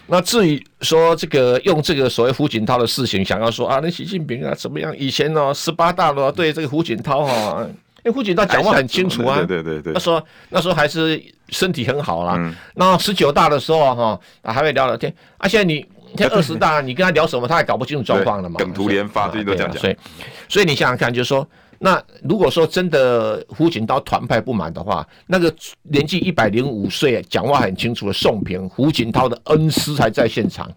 那至于说这个用这个所谓胡锦涛的事情，想要说啊，那习近平啊怎么样？以前呢、哦，十八大
嗯
了、对这个胡锦涛哈、哦，因为胡
哎
锦涛讲话很清楚啊，
对对
那
对嗯对，
时候那时候还是身体很好啦。然后十九大的时候啊哈、啊还会聊聊天，啊现在你
哎
现在二十大，你跟他聊什么，他也搞不清楚状况了嘛。
对梗图连发
所以
最近都这样
啊
讲
对啊所以所以你想想看，就是说。那如果说真的胡锦涛团派不满的话，那个年纪一百零五岁、讲话很清楚的宋平，胡锦涛的恩师还在现场。